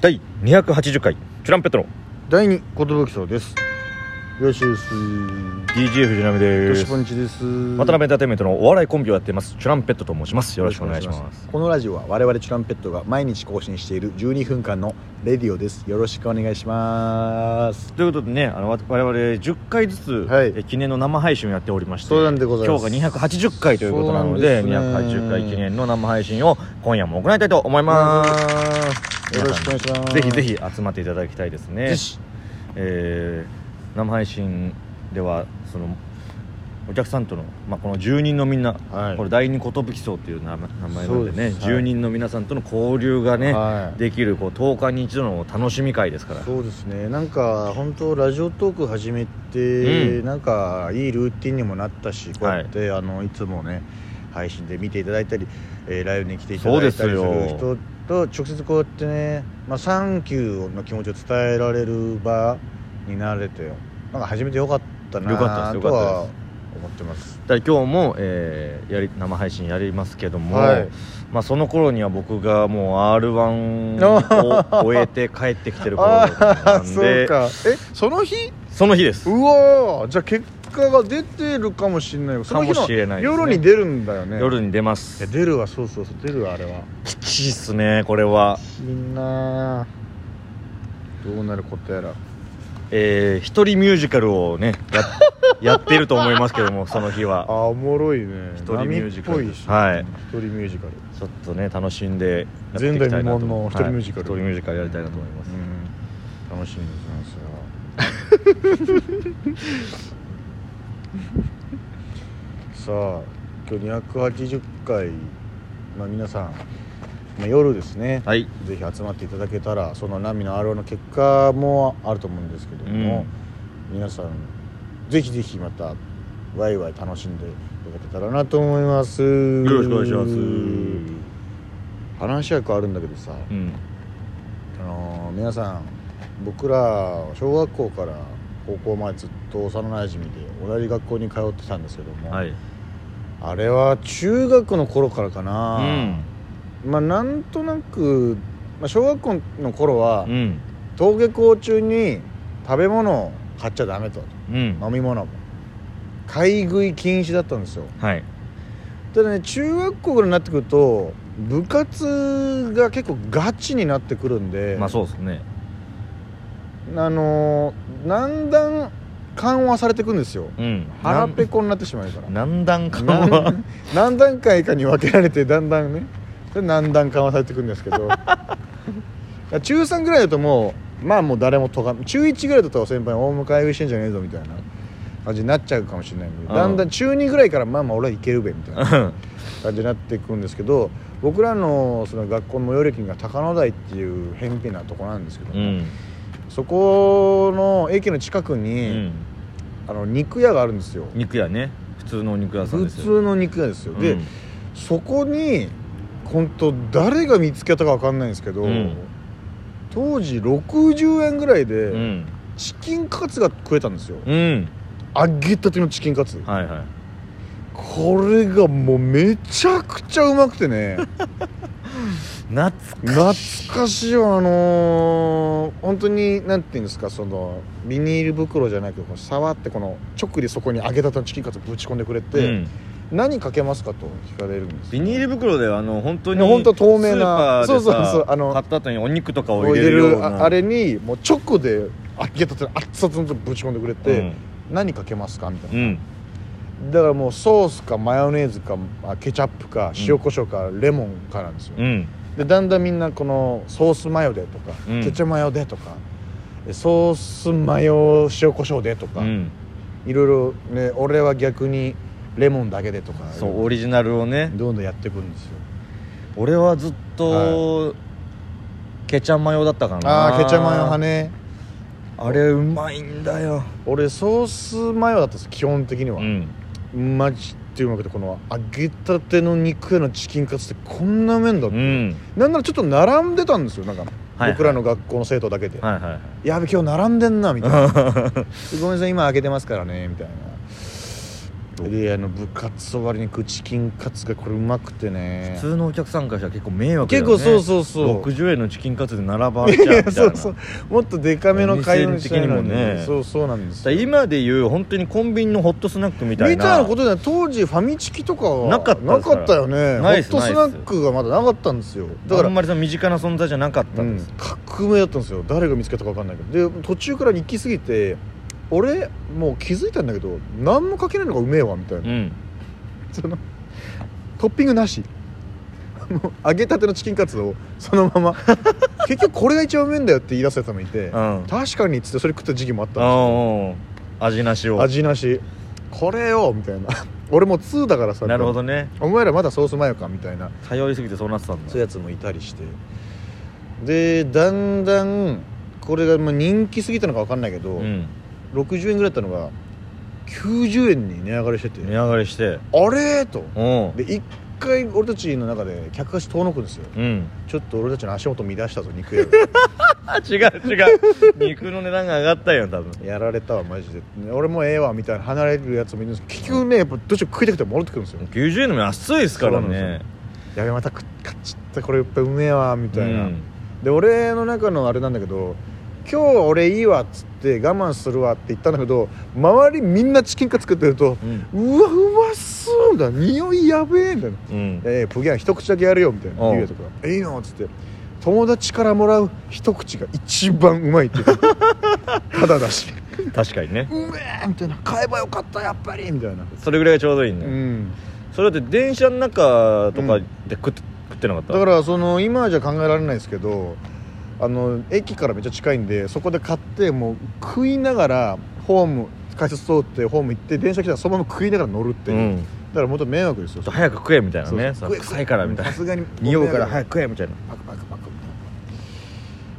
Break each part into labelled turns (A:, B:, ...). A: 第280回チュランペットの
B: 第二言武器です。よろしゅうす。
A: DJ 藤波で
B: よ
A: す
B: し
A: 渡
B: ぼんちです。
A: 辺エンターテインメントのお笑いコンビをやってますチュランペットと申しますよろしくお願いします。
B: このラジオは我々チュランペットが毎日更新している12分間のレディオです。よろしくお願いします。
A: ということでねあのわ我々10回ずつ、
B: はい
A: え記念の生配信をやっておりまして
B: そうなんでございます
A: 今日が280回ということなので
B: そうなんですね。
A: 280回記念の生配信を今夜も行いたいと思います
B: よろしくお願いします。
A: すぜひぜひ集まっていただきたいですね
B: ぜひ。
A: えー生配信ではそのお客さんとの、まあ、この住人のみんな、
B: はい
A: これ第二寿荘という名前名前な
B: そ
A: ん
B: う
A: で
B: です
A: ね
B: はい
A: 住人の皆さんとの交流がね、
B: はい
A: できるこう10日に一度の楽しみ会ですから
B: そうですねなんか本当ラジオトーク始めて、
A: うん
B: なんかいいルーティンにもなったしこうやって、い、あのいつもね配信で見ていただいたり、えーライブに来ていただいたりする
A: そうですよ
B: 人と直接こうやってね「まあ、サンキュー」の気持ちを伝えられる場になれてなんか始めてよかったな
A: よかったです
B: と
A: よかった
B: は
A: で
B: 思ってます
A: だから今日も、えーやり生配信やりますけども、
B: はい
A: まあ、その頃には僕がもう r 1を終えて帰ってきてる頃な
B: ああ
A: ん
B: そう
A: で
B: かえその日
A: その日です
B: うわーじゃあ結果が出てるかもしれないよその日
A: かも
B: の
A: しれないですね
B: 夜に出るんだよね
A: 夜に出ま
B: いや
A: す
B: 出るわそうそうそう出るわあれは
A: きちいっすねこれはい
B: いなぁどうなることやら
A: えー、一人ミュージカルをねややって ると思いますけどもその日
B: あ
A: は
B: おもろいね
A: 一人ミュージカル
B: 波っぽいし、
A: はい
B: 一人ミュージカル
A: ちょっとね楽しんでやってい
B: 前
A: き
B: 代
A: たい
B: 未
A: な
B: 聞
A: と
B: の一人ミュージカ
A: はい一
B: ル、
A: 人ミュージカルやりたいなと思います、
B: うん楽しみですねそれはさあ今日280回、まあ、皆さん、まあ、夜ですね、
A: はい
B: ぜひ集まっていただけたらその波の RO の結果もあると思うんですけども、皆さんぜひぜひまたワイワイ楽しんでいただけたらなと思いますよ
A: よろしくお願いします
B: 話は変わるんだけどさ、
A: うん
B: あのー皆さん僕ら小学校から高校までずっと幼なじみで同じ学校に通ってたんですけども、
A: はい
B: あれは中学の頃からか
A: う
B: な、
A: ん
B: まあなんとなく、まあ、小学校の頃は、
A: うん
B: 登下校中に食べ物を買っちゃダメと
A: うん
B: 飲み物も買い食い禁止だったんですよ
A: はい
B: ただね中学校ぐらいになってくると部活が結構ガチになってくるんで、
A: まあそうですね
B: あのーだんだん緩和されてくんですよ
A: うん
B: 腹ペコになってしまうから
A: 何段か
B: なん
A: は
B: 何段階かに分けられてだんだんねそれ何段緩和されてくんですけど中3ぐらいだともうまあもう誰もとが中1ぐらいだと先輩大迎えしてんじゃねえぞみたいな感じになっちゃうかもしれないんで
A: うん
B: だんだん中2ぐらいからまあまあ俺はいけるべみたい な
A: うん
B: 感じになっていくんですけど僕らのその学校の最寄り駅が高野台っていう偏僻なとこなんですけど
A: う
B: も、
A: ん
B: そこの駅の近く
A: う
B: に、
A: ん
B: あの肉屋があるんですよ
A: 肉屋ね普通のお肉屋さん
B: 普
A: ですよ
B: 通の肉屋ですよ、で
A: うん
B: そこに本当誰が見つけたか分かんないんですけど、
A: うん
B: 当時60円ぐらいで
A: うん
B: チキンカツが食えたんですよ、
A: うん
B: 揚げたてのチキンカツ
A: はいはい
B: これがもうめちゃくちゃうまくてね
A: 懐か
B: 懐かしいわあのー本当になんていうんですかそのビニール袋じゃなくこう触ってこの直でそこに揚げたてのチキンカツぶち込んでくれて、
A: うん
B: 何かけますかと聞かれるんです
A: ビ
B: よ
A: ニール袋ではあの本当に
B: ね本当透明
A: ス
B: な
A: ーパーでさ
B: そうそうそうあの
A: 買った後にお肉とかを
B: を
A: 入
B: 入
A: れ
B: れ
A: るよう
B: る
A: な
B: ああれにもう直であげたての熱々のぶち込んでくれて、何かけますかみた
A: う
B: い
A: ん、
B: な、だからもうソースかマヨネーズかあケチャップか塩コショウかレモンかなんですよ、
A: うんうん
B: でだんだんみんなこのソースマヨでとか、
A: うん
B: ケチャマヨでとかえソースマヨ塩コショウでとか、
A: うん
B: いろいろね俺は逆にレモンだけでとか
A: そうオリジナルをね
B: どんどんやっていくんですよ
A: 俺はずっと、ケチャマヨだったかな
B: ああーケチャマヨ派ね
A: あれうまいんだよ
B: 俺ソースマヨだったんです基本的には、
A: うん
B: マジってうまくてこの揚げたての肉屋のチキンカツってこんな麺だっ
A: う
B: た、
A: ん
B: なんならちょっと並んでたんですよなんか
A: はい
B: 僕らの学校の生徒だけで、
A: はいはい
B: や べ今日並んでんなみたいな
A: は
B: ごめんなさい今開けてますからねみたいなであの部活終わりに口チキンカツがこれうまくてね
A: 普通のお客さんからしたら結構迷惑だよ
B: 結
A: ね
B: 構そうそうそう
A: 60円のチキンカツで並ばれちゃうみたいな
B: そうそうもっとデカめの会話したいのに
A: お店的にもね
B: そうそうなんです
A: だから今でいう本当にコンビニのホットスナックみ
B: み
A: た
B: た
A: い
B: い
A: な
B: なことで当時ファミチキとかは
A: なかったですから
B: なかったよねホ
A: ないで
B: ッ
A: す
B: トスナックがまだなかったんですよだから
A: あんまりその身近な存在じゃなかっ
B: う
A: たん
B: ん
A: です、
B: 革命だったんですよ誰が見つけたか分かんないけどで途中から行き過ぎて俺もう気づいたんだけど何もかけないのがうめえわみたいな
A: うん、
B: そのトッピングなし もう揚げたてのチキンカツをその まま結局これが一番うめえんだよって言い出すやつもいて、
A: うん
B: 確かにっつってそれ食った時期もあったんですよ
A: ああ味なしを
B: 味なしこれよみたいな 俺も2だからさ
A: なるほどね
B: お前らまだソースマヨかみたいな
A: 通いすぎてそうなってたんだ
B: そういうやつもいたりしてでだんだんこれがまあ人気すぎたのか分かんないけど、
A: うん
B: 60円ぐらいだったのが90円に値上がりしてて
A: 値上がりして
B: あれと
A: うん
B: で一回俺たちの中で客足遠のくんですよ
A: うん
B: ちょっと俺たちの足元乱したぞ肉屋が
A: あ違う 違う肉の値段が上がったよ多分
B: やられたわマジで俺もうええわみたいな離れるやつもいるんです結局ねやっぱどうしても食いたくて戻ってくるんですよ
A: 90円のも安いですから
B: そうなん
A: ね
B: でやべまた食っ買っちゃったこれやっぱうめえわみたい
A: う
B: な、
A: ん
B: で俺の中のあれなんだけど今日俺いいわっつって我慢するわって言ったんだけど周りみんなチキンカツ食ってると
A: うん
B: うわうまそうだ匂いやべえみたいな
A: うん
B: ええプギャン一口だけやるよみたいな
A: うん
B: 言うやとか「いいの?」っつって友達からもらう一口が一番うまいって言 うただだし
A: 確かにね
B: 「うめえ!」みたいな「買えばよかったやっぱり!」みたいな
A: それぐらいがちょうどいいん
B: う
A: だよ
B: ん
A: それだって電車の中と
B: う
A: か
B: ん
A: で食って食ってなかった
B: だからその今じゃ考えられないですけどあの駅からめっちゃ近いんでそこで買ってもう食いながらホーム改札通ってホーム行って電車来たらそのまま食いながら乗るっていう、
A: うん
B: だからもっと迷惑ですよ
A: ちょっと早く食えみたいな
B: そう
A: ね
B: そう
A: さ臭いからみたい
B: さ
A: な
B: すがに
A: 匂うから早く食えみたいな
B: パクパクパク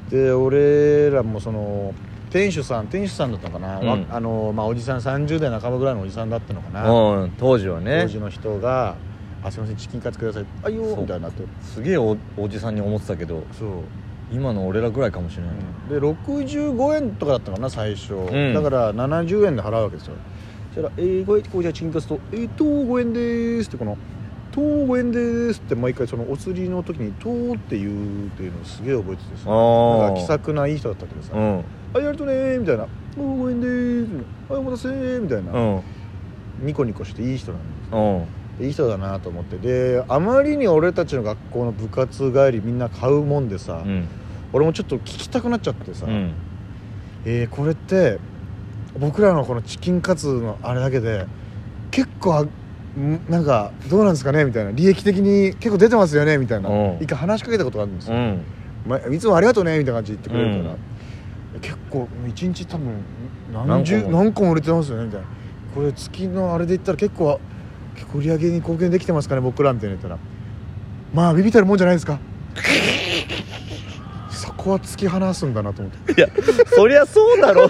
B: で俺らもその店主さん店主さんだったのかな、
A: うん
B: わあのまあ、おじさん30代半ばぐらいのおじさんだったのかな、
A: うん当時は
B: 当
A: ね
B: 時の人が「あすいませんチキンカツください」「あいいよ
A: そ」う
B: みたいになって
A: すげえおおじさんに思ってたけど
B: そう、
A: 今の俺らぐらいかもしれない、
B: で65円とかだったのかな最初、
A: ん
B: だから70円で払うわけですよそしたら「えー、ごえこうじゃあチキンカツと「えー、と5円でーす」ってこの「と5円でーす」って毎回そのお釣りの時に「と」って言うっていうのをすげえ覚えててさ
A: ああ
B: なんか気さくないい人だったけどさ「
A: うん
B: あやるとねー」みたいな「もうごめんでー」あお待たせー」みたいな、
A: うん
B: ニコニコしていい人なんです
A: うん
B: でいい人だなと思ってであまりに俺たちの学校の部活帰りみんな買うもんでさ、
A: うん
B: 俺もちょっと聞きたくなっちゃってさ、
A: うん
B: えーこれって僕らのこのチキンカツのあれだけで結構あんなんかどうなんですかねみたいな利益的に結構出てますよねみたいな
A: うん
B: 一回話しかけたことがあるんですよ
A: うん
B: まあ、いつもありがとうねみたいな感じで言ってくれるから、
A: う
B: 結構一日多分何
A: 何
B: 十
A: 個
B: 何個
A: も
B: も売れてますよねみたいなこれ月のあれで言ったら結構結構売り上げに貢献できてますかね僕らみたいな言ったらまあビビたるもんじゃないで すかそこは突き放すんだなと思って
A: いやそりゃそうだ ろ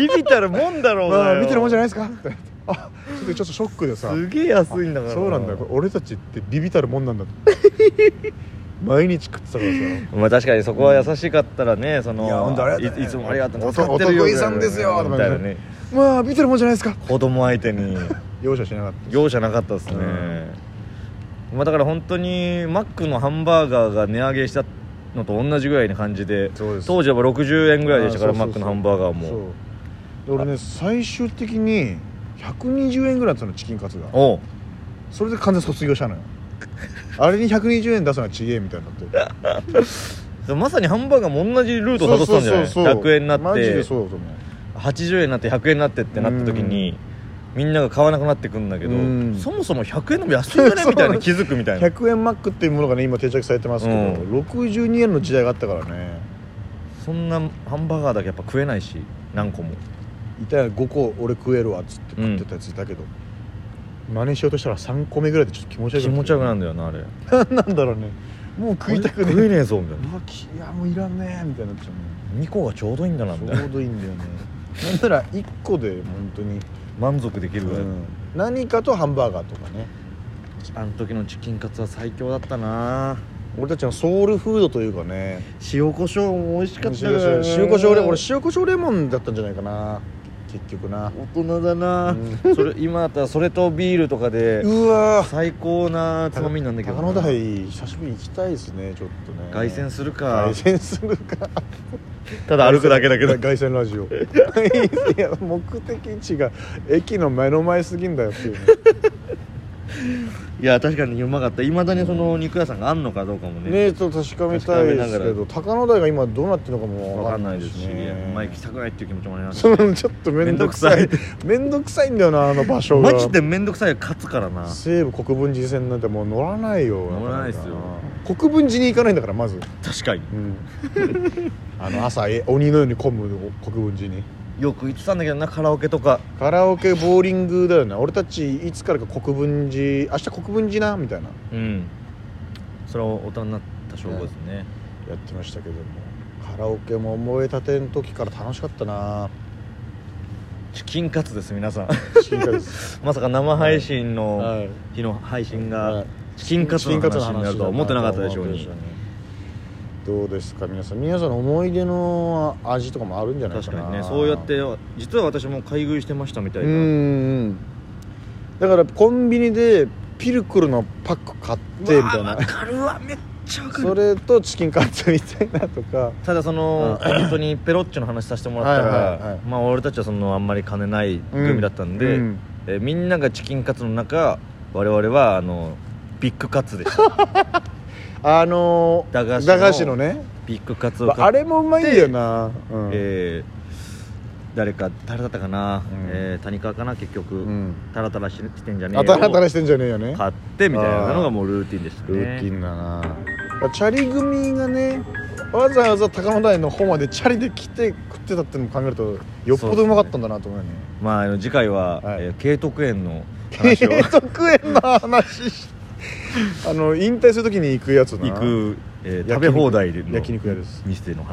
A: ビビたるもんだろうがよ
B: まあ見てるもんじゃないですかみたいな あちょっとちょっとショックでさ
A: すげえ安いんだから
B: そうなんだよこれ俺たちってビビたるもんなんだと 毎日食ってたからさ
A: まあ確かにそこは優しかったらねその
B: いや本当ありがとうね
A: いいつもありがとう
B: お
A: 助かってるよ
B: お得意さんですよ
A: みたいなね
B: まあ見てるもんじゃないですか
A: 子供相手に
B: 容赦しなかった
A: 容赦なかったですね、まあだから本当にマックのハンバーガーが値上げしたのと同じぐらいな感じで
B: そうです
A: 当時は60円ぐらいでしたから
B: あー
A: マ
B: そう
A: ック
B: そうそう
A: のハンバーガー
B: そう
A: も
B: で俺ね最終的に120円ぐらいだったのチキンカツが
A: おう
B: それで完全に卒業したのよあれに120円出すのはちげえみたいになって
A: そうまさにハンバーガーも同じルートを辿ったんじゃない
B: そうそうそうそう
A: 100円にな
B: マ
A: っ
B: ジで
A: て
B: そうだと思
A: 80円になって100円になってってなった時にみんなが買わなくなってくんだけど
B: うん
A: そもそも100円でも安いんじゃねみたいな気づくみた
B: う
A: いな
B: 100円マックっていうものがね今定着されてますけど、
A: う
B: 62円の時代があったからね
A: そんなハンバーガーだけやっぱ食えないし何個も
B: いたら5個俺食えるわっつって食ってたやついたけど、真似しようとしたら3個目ぐらいでちょっと気持ち悪く
A: 気持ち悪くなる
B: ん
A: んだよなあれ
B: なんだろうねもう食いたく
A: 食え
B: ねえ
A: ねえぞみたいう
B: わきいやもういらんねえみたいになっちゃうね
A: な2個がちょうどいいんだなみたい
B: ちょ
A: な
B: うどいいんだよねなんなら1個で本当に、
A: 満足できるぐらい、
B: うん何かとハンバーガーとかね
A: あの時のチキンカツは最強だったな
B: 俺たちのソウルフードというかね
A: 塩コショウも美味しかった
B: 塩コショウ塩コショウレ俺塩コショウレモンだったんじゃないかな結局な
A: 大人だな、それ今だったらそれとビールとかで
B: うわー
A: 最高なつまみなんだけど
B: 高
A: な
B: 野台久しぶりに行きたいですねちょっとね
A: 凱旋するか
B: 凱旋するか
A: ただ歩くだけだけど
B: 凱旋ラジ オいや目的地が駅の目の前すぎんだよっていうね
A: いや確かにうまかったいまだにその肉屋さんがあんのかどうかもね
B: ねえちょっと確かめたいですけど高野台が今どうなってるのかも
A: 分
B: わ
A: かんないですし、前行き
B: た
A: たくないっていう気持ちもあります
B: そのちょっと面倒くさ
A: め
B: い
A: んどく
B: 面倒くさいんだよなあの場所が
A: マジで面倒くさいが勝つからな
B: 西武国分寺線なんてもう乗らないよ
A: 乗らないっすよ
B: か国分寺に行かないんだからまず、
A: 確かに
B: うんあの朝え鬼のように混む国分寺に
A: よく行ってたんだけどなカラオケとか
B: カラオケボーリングだよね俺たちいつからか国分寺明日国分寺なみたいな
A: うんそれは大人になった証拠ですね
B: やってましたけどもカラオケも思い立ての時から楽しかったな
A: チキンカツです皆さん
B: 進化です
A: まさか生配信
B: は
A: の
B: い
A: 日の配信
B: は
A: が
B: い
A: チキンカツの話になるとは思ってなかったでしょう
B: チキ
A: に
B: ンカツの話だなとは思ってましたねどうですか皆さん皆さんの思い出の味とかもあるんじゃない
A: 確
B: か
A: か
B: な
A: にねそうやって実は私も買い食いしてましたみた
B: う
A: い
B: ん
A: な
B: う
A: ん
B: だからコンビニでピルクルのパック買ってみたい
A: わあ
B: な
A: わかるわめっちゃわか
B: そ
A: る
B: れとチキンカツみたいなとか
A: ただその
B: うん
A: 本当にペロッチョの話させてもらった
B: はいはいは
A: ら
B: い
A: まあ俺たちはそのあんまり金ない組だったんで、
B: うん
A: えーみんながチキンカツの中我々はあのビッグカツでした
B: あのー
A: 駄菓子の
B: のね
A: ビッグカツを買って
B: あれもうまいんだよな、うん
A: えー誰か誰だったかな、
B: うん
A: えー谷川かな結局、
B: うん
A: タラタラしてんじゃねえ
B: あ
A: よ
B: たらたらしてんじゃねえよね
A: 買ってみたいなのがもうルーティンでしたね
B: ルーティンだなチャリ組がねわざわざ高野台の方までチャリで来て食ってたってのも考えるとよっぽどうまかったんだなと思うよね
A: まああの次回は、
B: はい
A: えー慶徳園の
B: 慶
A: 話を
B: 徳園の話しあの引退するときに行くやつな
A: 行く、えー
B: 焼肉
A: 食べ放題の
B: 焼肉屋です
A: 店の話